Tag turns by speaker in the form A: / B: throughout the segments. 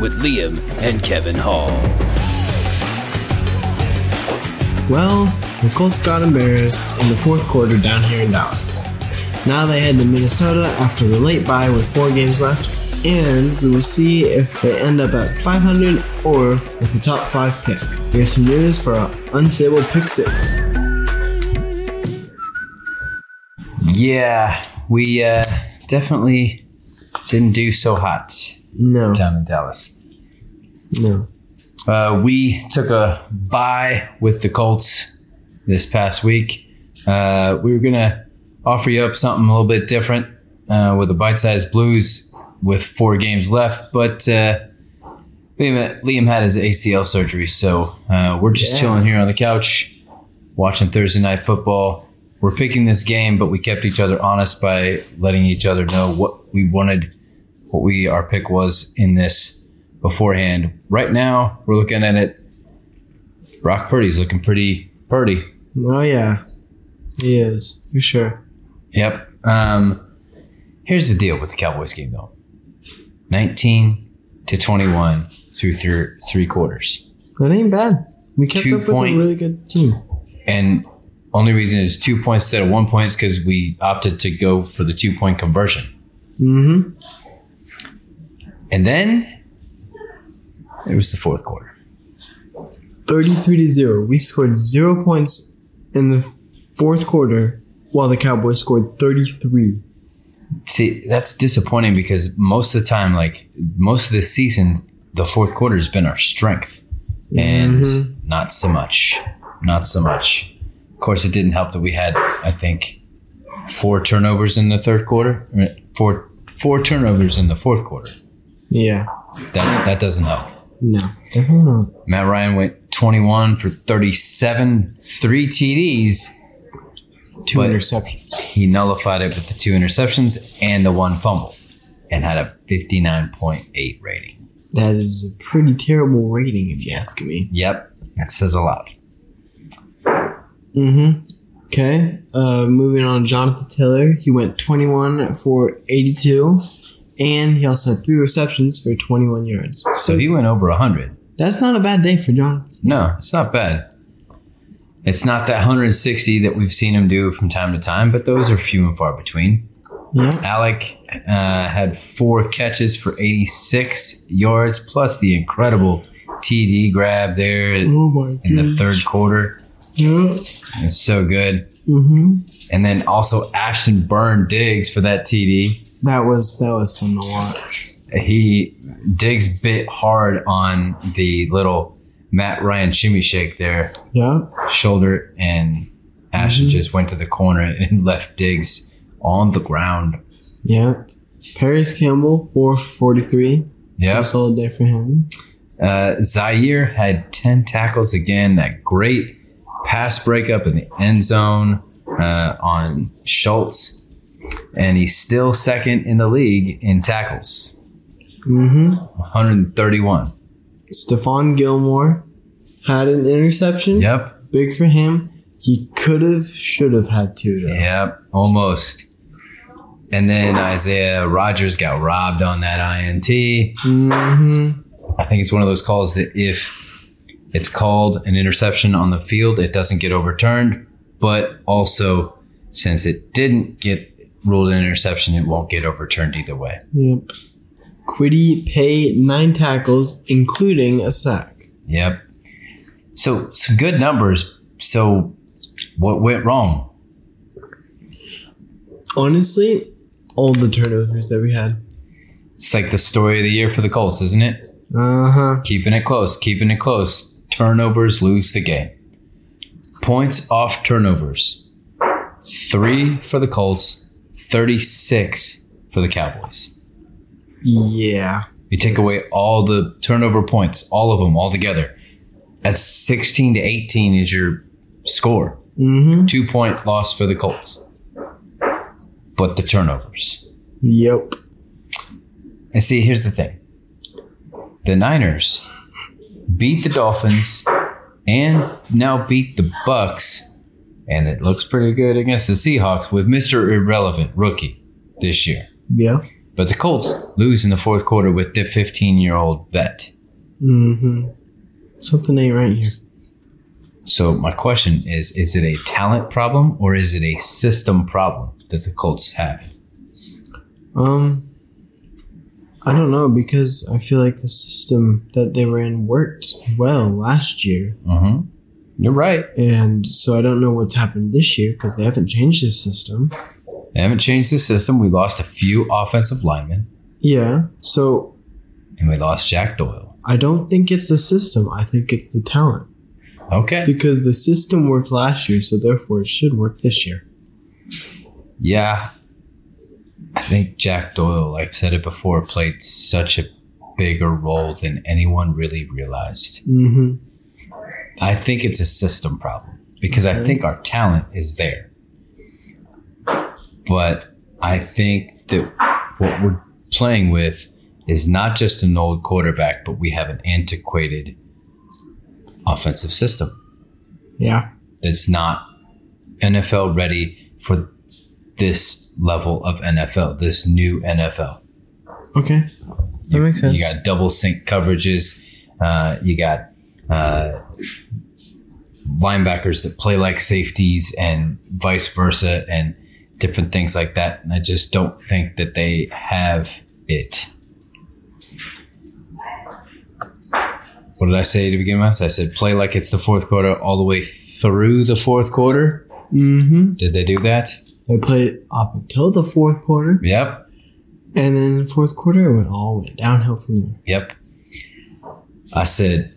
A: with Liam and Kevin Hall.
B: Well, the Colts got embarrassed in the fourth quarter down here in Dallas. Now they head to Minnesota after the late bye with four games left, and we will see if they end up at 500 or with the top five pick. Here's some news for our unstable pick six.
C: Yeah, we uh, definitely didn't do so hot
B: No,
C: down in Dallas.
B: no.
C: Uh, we took a bye with the Colts this past week. Uh, we were going to offer you up something a little bit different uh, with the bite sized blues with four games left, but uh, Liam, Liam had his ACL surgery, so uh, we're just
B: Yeah.
C: chilling here on the couch watching Thursday night football. We're picking this game, but we kept each other honest by letting each other know what we wanted, what we our pick was in this beforehand. Right now, we're looking at it. Brock Purdy's looking pretty purdy.
B: Oh, yeah. He is, for sure.
C: Yep. Um, here's the deal with the Cowboys game, though 19 to 21 through through three quarters.
B: That ain't bad. We kept
C: Two
B: up with
C: point-
B: a really good team.
C: And only reason it's two points instead of one point is because we opted to go for the two point conversion.
B: Mm hmm.
C: And then it was the fourth quarter.
B: 33 to 0. We scored zero points in the fourth quarter while the Cowboys scored 33.
C: See, that's disappointing because most of the time, like most of the season, the fourth quarter has been our strength. And
B: Mhm.
C: not so much. Not so much. Of course, it didn't help that we had, I think, four turnovers in the third quarter. I mean, Four four turnovers in the fourth quarter.
B: Yeah.
C: That that doesn't help.
B: No. Definitely not.
C: Matt Ryan went 21 for 37, three TDs.
B: Two
C: But-
B: interceptions.
C: he nullified it with the two interceptions and the one fumble and had a 59.8 rating.
B: That is a pretty terrible rating, if you ask me.
C: Yep, that says a lot.
B: Mm hmm. Okay. Uh, moving on, Jonathan Taylor. He went 21 for 82. And he also had three receptions for 21 yards.
C: So he went over 100.
B: That's not a bad day for Jonathan.
C: No, it's not bad. It's not that 160 that we've seen him do from time to time, but those are few and far between.
B: Yeah.
C: Alec uh, had four catches for 86 yards, plus the incredible TD grab there in
B: Oh my god.
C: the third quarter.
B: Yeah.
C: It's so good.
B: hmm
C: And then also Ashton Byrne Diggs for that TD.
B: That was that was fun to watch.
C: he digs bit hard on the little Matt Ryan shimmy shake there,
B: Yeah.
C: shoulder, and Ashton just went to the corner and left Diggs on the ground.
B: Yeah. Paris Campbell, 443.
C: Yep.
B: Solid day for him.
C: Uh, Zaire had 10 tackles again. That great pass breakup in the end zone uh, on Schultz. And he's still second in the league in tackles,
B: Mm-hmm.
C: 131.
B: Stephon Gilmore had an interception.
C: Yep.
B: Big for him. He could have, should have had two, though.
C: Yep, almost. And then Isaiah Rogers got robbed on that INT.
B: Mm-hmm.
C: I think it's one of those calls that if it's called an interception on the field, it doesn't get overturned. But also, since it didn't get ruled an interception, it won't get overturned either way.
B: Yep. Quiddy Pay, nine tackles, including a sack.
C: Yep. So some good numbers. So what went wrong?
B: Honestly, all the turnovers that we had.
C: It's like the story of the year for the Colts, isn't it?
B: Uh-huh.
C: keeping it close, keeping it close. Turnovers lose the game. Points off turnovers. Three for the Colts, 36 for the Cowboys.
B: Yeah.
C: You take away all the turnover points, all of them, all together. That's 16 to 18 is your score.
B: Mm-hmm.
C: Two point loss for the Colts. But the turnovers.
B: Yep.
C: And see, here's the thing the Niners beat the Dolphins and now beat the Bucks, and it looks pretty good against the Seahawks with Mr. Irrelevant rookie this year.
B: Yeah.
C: But the Colts lose in the fourth quarter with the 15 year old vet.
B: Mm-hmm. Something ain't right here.
C: So my question is: Is it a talent problem or is it a system problem that the Colts have?
B: Um, I don't know because I feel like the system that they were in worked well last year,
C: Mm-hmm. You're right.
B: and so I don't know what's happened this year because they haven't changed the system.
C: They haven't changed the system. We lost a few offensive linemen,
B: Yeah. So
C: and we lost Jack Doyle.
B: I don't think it's the system. I think it's the talent
C: Okay.
B: because the system worked last year, so therefore it should work this year.
C: Yeah. I think Jack Doyle, I've said it before, played such a bigger role than anyone really realized.
B: Mm-hmm.
C: I think it's a system problem because I
B: Okay.
C: think our talent is there. But I think that what we're playing with is not just an old quarterback, but we have an antiquated offensive system
B: Yeah.
C: that's not NFL ready for this level of NFL, this new NFL.
B: Okay. That
C: You-
B: makes sense.
C: You got double sync coverages. Uh, you got uh, linebackers that play like safeties and vice versa, and different things like that. And I just don't think that they have it. What did I say to begin with? I said play like it's the fourth quarter all the way through the fourth quarter.
B: Mm-hmm.
C: Did they do that?
B: They played up until the fourth quarter,
C: Yep.
B: and then the fourth quarter it went all went downhill from there.
C: Yep. I said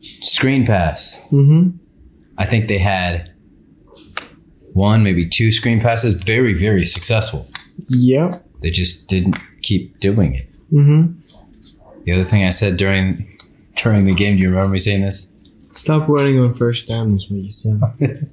C: screen pass.
B: Mm-hmm.
C: I think they had one, maybe two screen passes, very, very successful.
B: Yep.
C: They just didn't keep doing it.
B: Mm-hmm.
C: The other thing I said during during the game, do you remember me saying this?
B: Stop running on first down is what you said.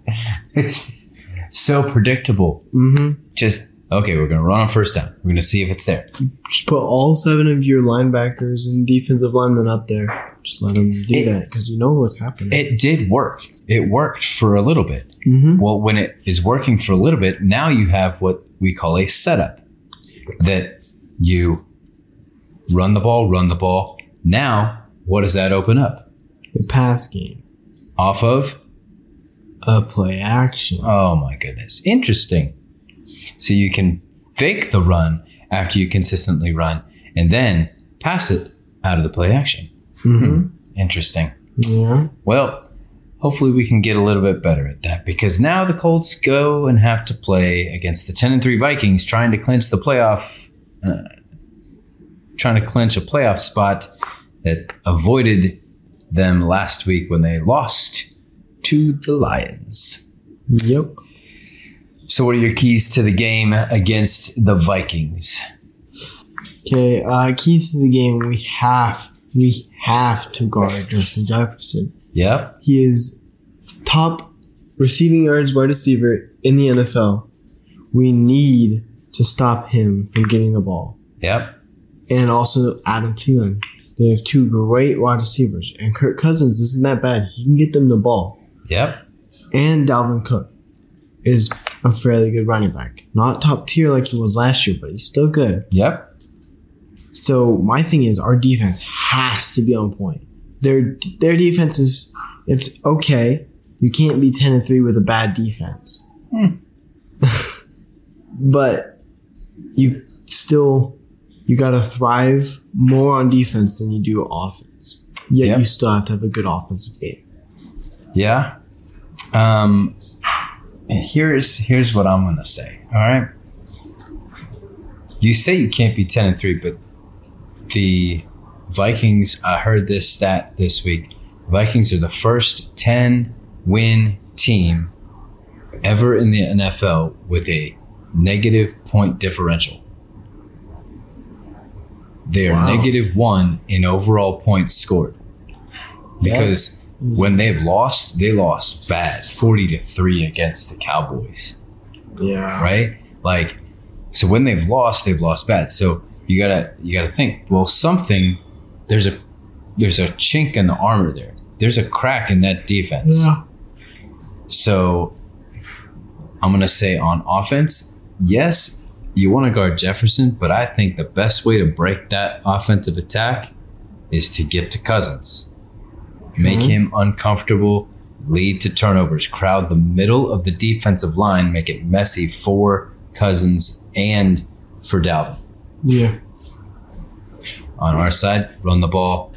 C: It's so predictable.
B: Mm-hmm.
C: Just okay, we're gonna run on first down. We're gonna see if it's there.
B: Just put all seven of your linebackers and defensive linemen up there. Just let them do
C: It-
B: that because you know what's happening.
C: It did work. It worked for a little bit.
B: mm-hmm.
C: Well, when it is working for a little bit, now you have what we call a setup that you run the ball, run the ball. Now, what does that open up?
B: The pass game,
C: Off of?
B: a play action.
C: Oh my goodness. Interesting. So you can fake the run after you consistently run and then pass it out of the play action.
B: Mm-hmm.
C: Interesting.
B: Yeah.
C: Well, hopefully we can get a little bit better at that because now the Colts go and have to play against the 10 and 3 Vikings trying to clinch the playoff uh, trying to clinch a playoff spot that avoided them last week when they lost to the Lions.
B: Yep.
C: So what are your keys to the game against the Vikings?
B: Okay. Uh, keys to the game. We have we have to guard Justin Jefferson.
C: Yep.
B: He is top receiving yards wide receiver in the NFL. We need to stop him from getting the ball.
C: Yep.
B: And also Adam Thielen. They have two great wide receivers. And Kirk Cousins isn't that bad. He can get them the ball.
C: Yep.
B: And Dalvin Cook is a fairly good running back. Not top tier like he was last year, but he's still good.
C: Yep.
B: So my thing is our defense has to be on point. Their their defense is it's okay. You can't be ten and three with a bad defense.
C: Hmm.
B: but you still you gotta thrive more on defense than you do offense. Yet
C: Yeah.
B: you still have to have a good offensive game.
C: Yeah. Um here's here's what I'm gonna say. All right. You say you can't be ten and three, but the Vikings, I heard this stat this week. Vikings are the first ten win team ever in the NFL with a negative point differential. They are
B: Wow.
C: negative one in overall points scored because when they've lost, they lost bad, forty to three against the Cowboys
B: Yeah.
C: right? Like, so when they've lost, they've lost bad. So you gotta you gotta think. Well, something there's a there's a chink in the armor there. There's a crack in that defense.
B: Yeah.
C: So I'm gonna say on offense, yes, you want to guard Jefferson, but I think the best way to break that offensive attack is to get to Cousins, make him uncomfortable, lead to turnovers, crowd the middle of the defensive line, make it messy for Cousins and for Dalvin.
B: Yeah.
C: On our side, run the ball,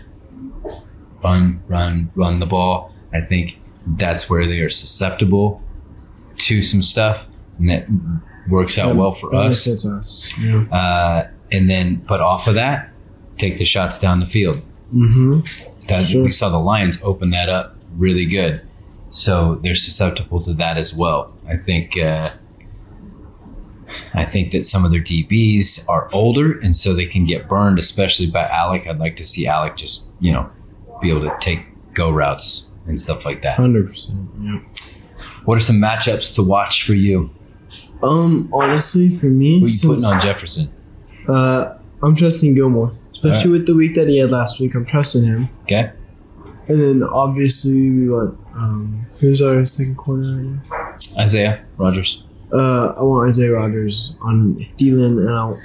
C: run, run, run the ball. I think that's where they are susceptible to some stuff, and it works out
B: That
C: well for us.
B: benefits us. Yeah.
C: Uh, and then, but off of that, take the shots down the field.
B: Mm-hmm.
C: That,
B: Sure.
C: We saw the Lions open that up really good, so they're susceptible to that as well. I think. Uh, I think that some of their DBs are older, and so they can get burned, especially by Alec. I'd like to see Alec just you know be able to take go routes and stuff like that.
B: Hundred percent. Yeah.
C: What are some matchups to watch for you?
B: Um. Honestly, for me,
C: Who are you
B: since-
C: putting on Jefferson?
B: uh, I'm trusting Gilmore, especially with the week that he had last week. I'm trusting him.
C: Okay,
B: And then obviously we want um, who's our second corner right now?
C: Isaiah Rogers.
B: Uh, I want Isaiah Rogers on Thielen, and I'll,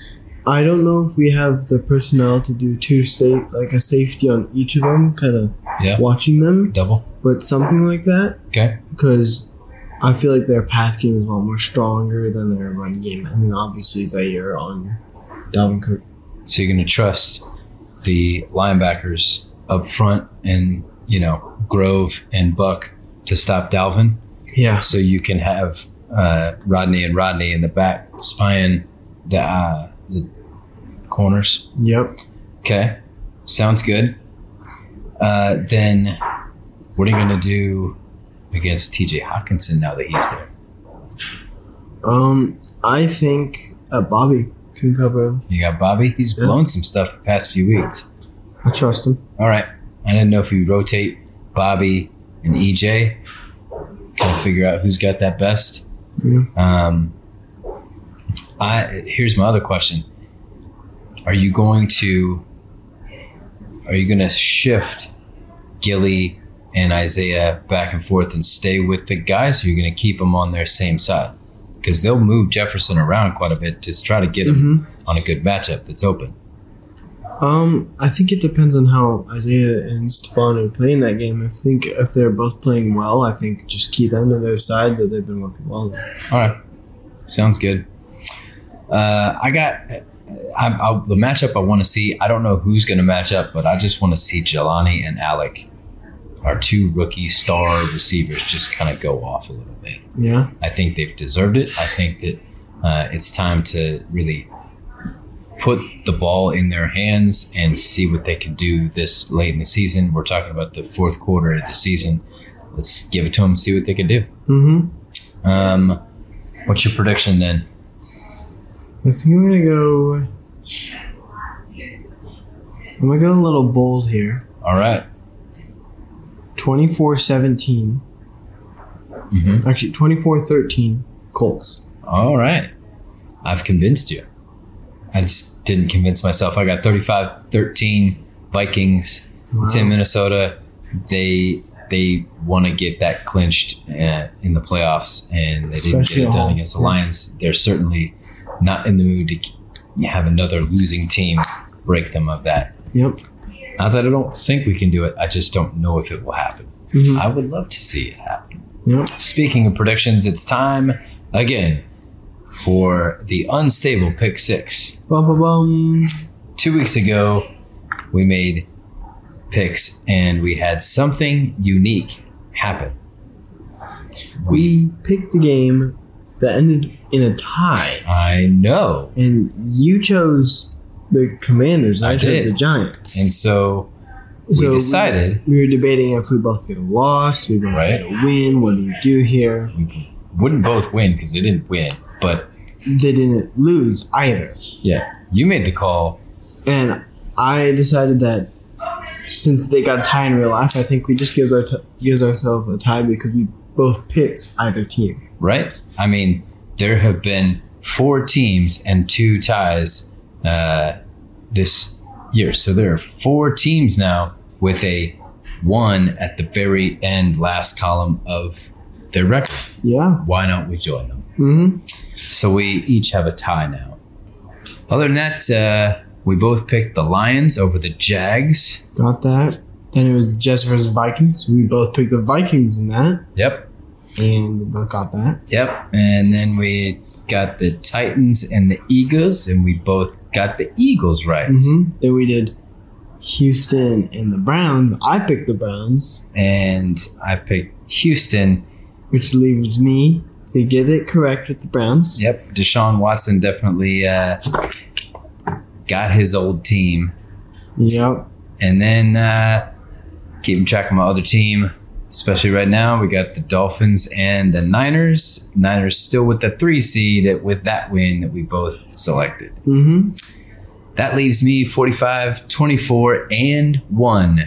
B: I don't know if we have the personnel to do two safe like a safety on each of them, kind of
C: Yeah,
B: watching them,
C: double.
B: but something like that
C: Okay,
B: because I feel like their pass game is a lot more stronger than their run game, and then obviously Zaire on Dalvin Cook.
C: So you're going to trust the linebackers up front and, you know, Grove and Buck to stop Dalvin.
B: Yeah,
C: So you can have uh, Rodney and Rodney in the back spying the, uh, the corners.
B: yep.
C: Okay. Sounds good. Uh, then what are you going to do against TJ Hawkinson now that he's there?
B: Um, I think uh, Bobby can cover him.
C: You got Bobby. He's
B: Yeah.
C: blown some stuff the past few weeks.
B: I trust him.
C: All right. I didn't know if you rotate Bobby and EJ. Kind of figure out who's got that best.
B: Yeah.
C: Um, I here's my other question: Are you going to are you going to shift Gilly and Isaiah back and forth and stay with the guys? Or are you going to keep them on their same side because they'll move Jefferson around quite a bit to try to get him
B: hmm
C: on a good matchup that's open.
B: Um, I think it depends on how Isaiah and Stefano play in that game. I think if they're both playing well, I think just keep them to their side that they've been working well. with.
C: All right, sounds good. Uh, I got I, I, the matchup I want to see. I don't know who's going to match up, but I just want to see Jelani and Alec, our two rookie star receivers, just kind of go off a little bit.
B: Yeah,
C: I think they've deserved it. I think that uh, it's time to really put the ball in their hands and see what they can do this late in the season. We're talking about the fourth quarter of the season. Let's give it to them and see what they can do.
B: mm-hmm.
C: Um, what's your prediction then?
B: I think I'm gonna go. I'm gonna go a little bold here.
C: All right.
B: 24-17.
C: Mhm.
B: Actually, 24-13 Colts.
C: All right. I've convinced you. I just didn't convince myself. I got 35 13 Vikings. It's in
B: Wow.
C: Minnesota. They they want to get that clinched uh, in the playoffs, and they
B: Especially
C: didn't
B: at
C: get it done
B: home.
C: against the Lions. They're certainly not in the mood to have another losing team break them of that.
B: Yep.
C: Not that I don't think we can do it. I just don't know if it will happen.
B: Mhm.
C: I would love to see it happen.
B: Yep.
C: Speaking of predictions, it's time again for the unstable pick six.
B: Bum, bum, bum.
C: Two weeks ago, we made picks and we had something unique happen.
B: We picked a game that ended in a tie.
C: I know.
B: and you chose the Commanders. And
C: I
B: I, chose
C: did.
B: the Giants.
C: And so we
B: So
C: decided
B: we were debating if we both get a loss, we both
C: Right.
B: get a win. What do we do here?
C: wouldn't both win because they didn't win, but
B: They didn't lose either,
C: yeah, you made the call.
B: and I decided that since they got a tie in real life, I think we just gives our t- gives ourselves a tie because we both picked either team.
C: right? I mean, there have been four teams and two ties uh, this year. So there are four teams now with a one at the very end, last column of their record.
B: Yeah.
C: Why don't we join them?
B: Mm-hmm.
C: So we each have a tie now. Other than that, uh, we both picked the Lions over the Jags.
B: Got that. Then it was Jets versus Vikings. We both picked the Vikings in that,
C: Yep.
B: and we both got that.
C: Yep. And then we got the Titans and the Eagles, and we both got the Eagles right.
B: hmm Then we did Houston and the Browns. I picked the Browns,
C: And I picked Houston.
B: which leaves me to get it correct with the Browns.
C: Yep. Deshaun Watson definitely uh, got his old team.
B: Yep.
C: And then uh, keeping track of my other team, especially right now, we got the Dolphins and the Niners. Niners still with the three seed with that win that we both selected.
B: hmm
C: That leaves me 45, 24, and 1.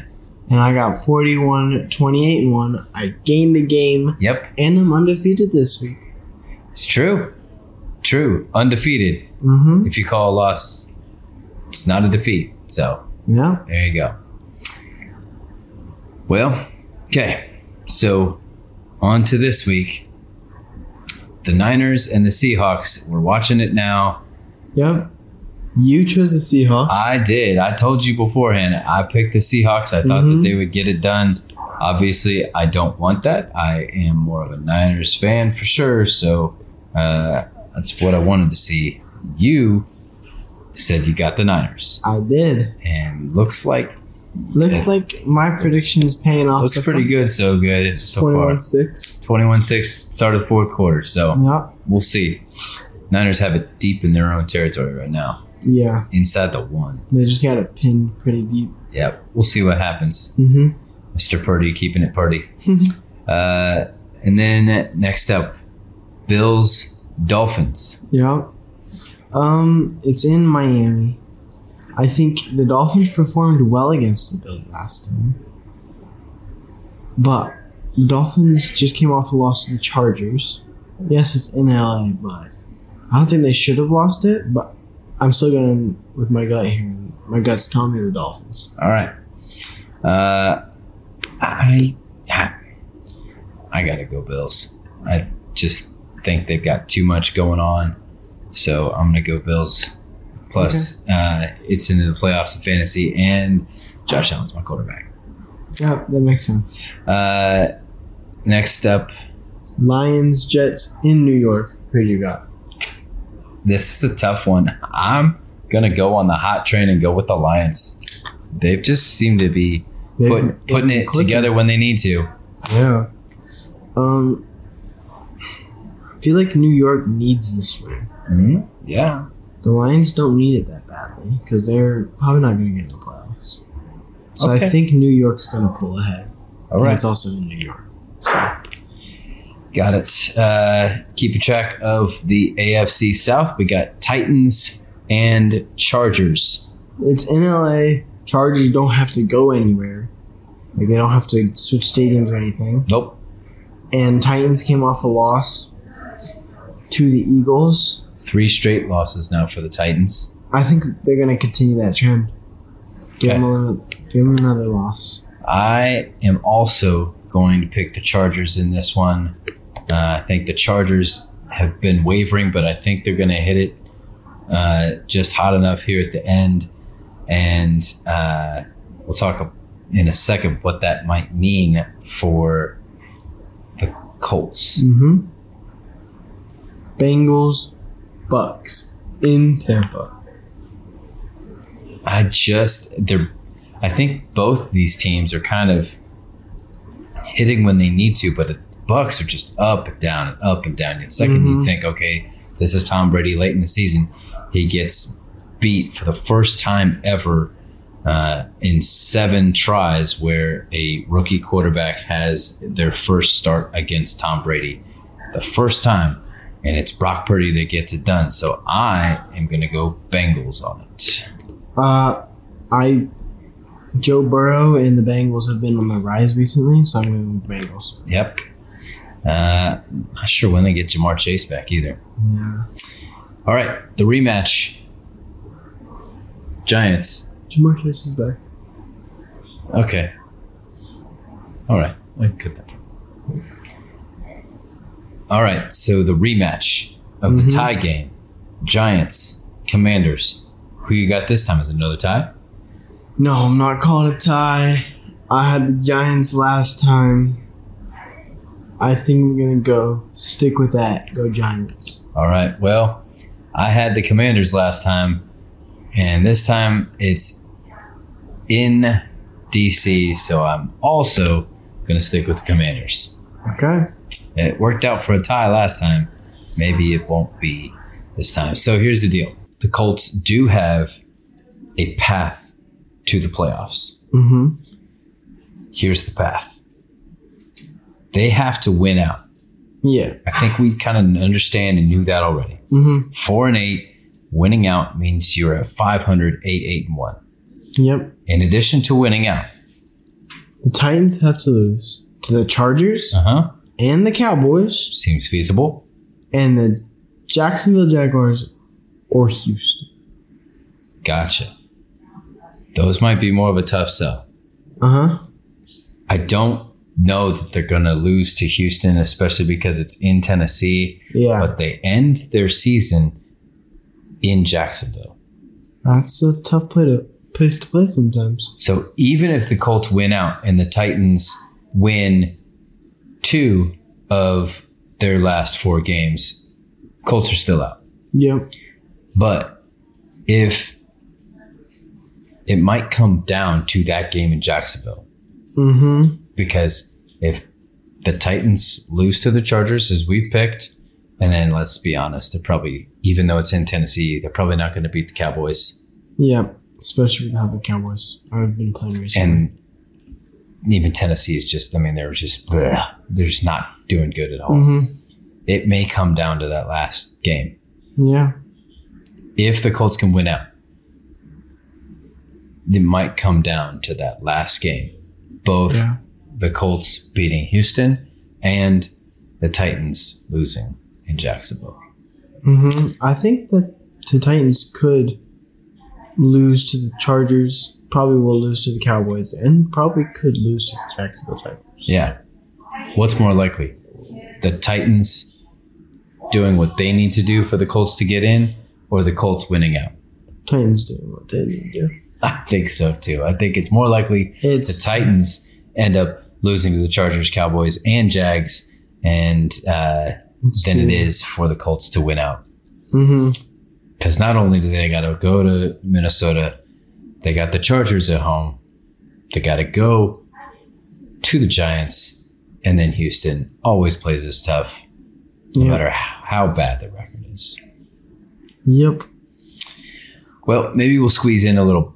B: And I got 41, 28, and 1. I gained the game,
C: Yep.
B: and I'm undefeated this week.
C: It's true. True. Undefeated.
B: Mm-hmm.
C: If you call a loss, it's not a defeat. So
B: Yeah.
C: there you go. Well, okay. So on to this week. The Niners and the Seahawks. We're watching it now.
B: Yep. You chose the Seahawks.
C: I did. I told you beforehand. I picked the Seahawks. I thought
B: Mhm.
C: that they would get it done. Obviously, I don't want that. I am more of a Niners fan for sure. So uh, that's what I wanted to see. You said you got the Niners,
B: I did.
C: and looks like
B: Looked
C: Yeah.
B: like my prediction is paying off.
C: looks pretty good. So good so far.
B: 21 6.
C: 21-6 start of the fourth quarter. So
B: Yep.
C: we'll see. Niners have it deep in their own territory right now,
B: Yeah.
C: inside the one.
B: They just got it pinned pretty deep.
C: Yep, we'll see what happens.
B: Mm-hmm.
C: Mr. Purdy keeping it Purdy. Uh, and then next up, Bills Dolphins.
B: Yep. Um, it's in Miami. I think the Dolphins performed well against the Bills last time. But the Dolphins just came off a loss to the Chargers. Yes, it's in LA, but I don't think they should have lost it, but I'm still going with my gut here. My gut's telling me the Dolphins.
C: All right. Uh, I I gotta go Bills. I just think they've got too much going on, so I'm gonna go Bills. Plus, uh, it's into the playoffs of fantasy, and Josh Allen's my quarterback.
B: Yep, that makes sense.
C: Uh, next up,
B: Lions, Jets in New York. Who do you got?
C: This is a tough one. I'm gonna go on the hot train and go with the Lions. They've just seemed to be
B: They've-
C: putting
B: they've
C: putting
B: been
C: it
B: clicking.
C: together when they need to.
B: Yeah. Um, I feel like New York needs this win.
C: hmm Yeah,
B: The Lions don't need it that badly because they're probably not going to get in the playoffs. So I
C: Okay.
B: think New York's going to pull ahead.
C: all
B: And
C: right,
B: It's also in New York.
C: got it. Uh, keeping track of the AFC South, we got Titans and Chargers.
B: It's in LA. Chargers don't have to go anywhere. Like they don't have to switch stadiums or anything.
C: Nope.
B: And Titans came off a loss to the Eagles.
C: Three straight losses now for the Titans.
B: I think they're going to continue that trend. Give them another, give them another loss.
C: I am also going to pick the Chargers in this one. Uh, I think the Chargers have been wavering, but I think they're going to hit it uh, just hot enough here at the end. And uh, we'll talk in a second what that might mean for the Colts.
B: Mm-hmm. Bengals, Bucks in Tampa.
C: I just they're I think both these teams are kind of hitting when they need to, but the Bucks are just up and down and up and down. The 2nd you
B: Mhm.
C: think, okay, this is Tom Brady late in the season, he gets beat for the first time ever uh, in seven tries where a rookie quarterback has their first start against Tom Brady. The first time. And it's Brock Purdy that gets it done. So I am going to go Bengals on it.
B: Uh, I Joe Burrow and the Bengals have been on the rise recently, so I'm going with Bengals.
C: Yep. Uh, not sure when they get Jamar Chase back either.
B: Yeah.
C: All right, the rematch. Giants.
B: Jamar Chase is back.
C: Okay. All right. I could think. All right. So the rematch of the
B: Mhm.
C: tie game, Giants, Commanders. Who you got this time? Is it another tie?
B: No, I'm not calling a tie. I had the Giants last time. I think we're gonna go stick with that. Go Giants.
C: All right. Well, I had the Commanders last time, and this time it's in DC. So I'm also going to stick with the Commanders.
B: Okay.
C: It worked out for a tie last time. Maybe it won't be this time. So here's the deal the Colts do have a path to the playoffs.
B: Mm-hmm.
C: Here's the path they have to win out.
B: Yeah.
C: I think we kind of understand and knew that already.
B: Mm-hmm.
C: Four and eight, winning out means you're at 500, 8, 8, and 1.
B: Yep.
C: In addition to winning out,
B: The Titans have to lose to the Chargers
C: uh huh,
B: and the Cowboys
C: seems feasible.
B: and the Jacksonville Jaguars or Houston.
C: Gotcha. Those might be more of a tough sell.
B: Uh
C: Uh-huh.
B: huh.
C: I don't know that they're going to lose to Houston, especially because it's in Tennessee,
B: Yeah.
C: but they end their season in Jacksonville.
B: That's a tough play to, place to play sometimes.
C: So even if the Colts win out and the Titans win two of their last four games, Colts are still out.
B: Yep.
C: But if it might come down to that game in Jacksonville,
B: Mm-hmm.
C: because if the Titans lose to the Chargers as we picked, and then let's be honest, they're probably even though it's in Tennessee, they're probably not going to beat the Cowboys.
B: Yep. Especially with how the Cowboys have been playing recently.
C: And even Tennessee is just, I mean, they're just bleh. they're just not doing good at all.
B: Mm-hmm.
C: It may come down to that last game
B: Yeah.
C: if the Colts can win out. It might come down to that last game, both
B: Yeah.
C: the Colts beating Houston and the Titans losing in Jacksonville.
B: Mm-hmm. I think that the Titans could lose to the Chargers. Probably will lose to the Cowboys, and probably could lose to the Jacksonville Titans.
C: Yeah. What's more likely? The Titans doing what they need to do for the Colts to get in or the Colts winning out?
B: Titans doing what they need to do.
C: I think so too. I think it's more likely the
B: It's
C: Titans end up losing to the Chargers, Cowboys, and Jags and uh, than it is for the Colts to win out.
B: Mm-hmm.
C: Because not only do they got to go to Minnesota, they got the Chargers at home, they got to go to the Giants, and then Houston always plays this tough. no
B: Yep.
C: matter how bad the record is.
B: Yep.
C: Well, maybe we'll squeeze in a little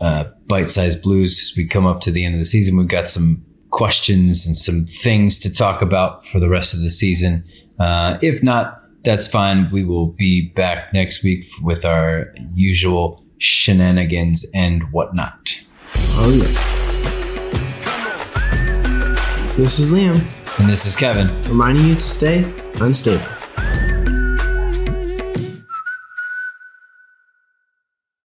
C: uh, bite-sized blues as we come up to the end of the season. We've got some questions and some things to talk about for the rest of the season. Uh, if not, that's fine. We will be back next week with our usual shenanigans and whatnot.
B: Oh yeah. This is Liam
C: And this is Kevin.
B: reminding you to stay unstable.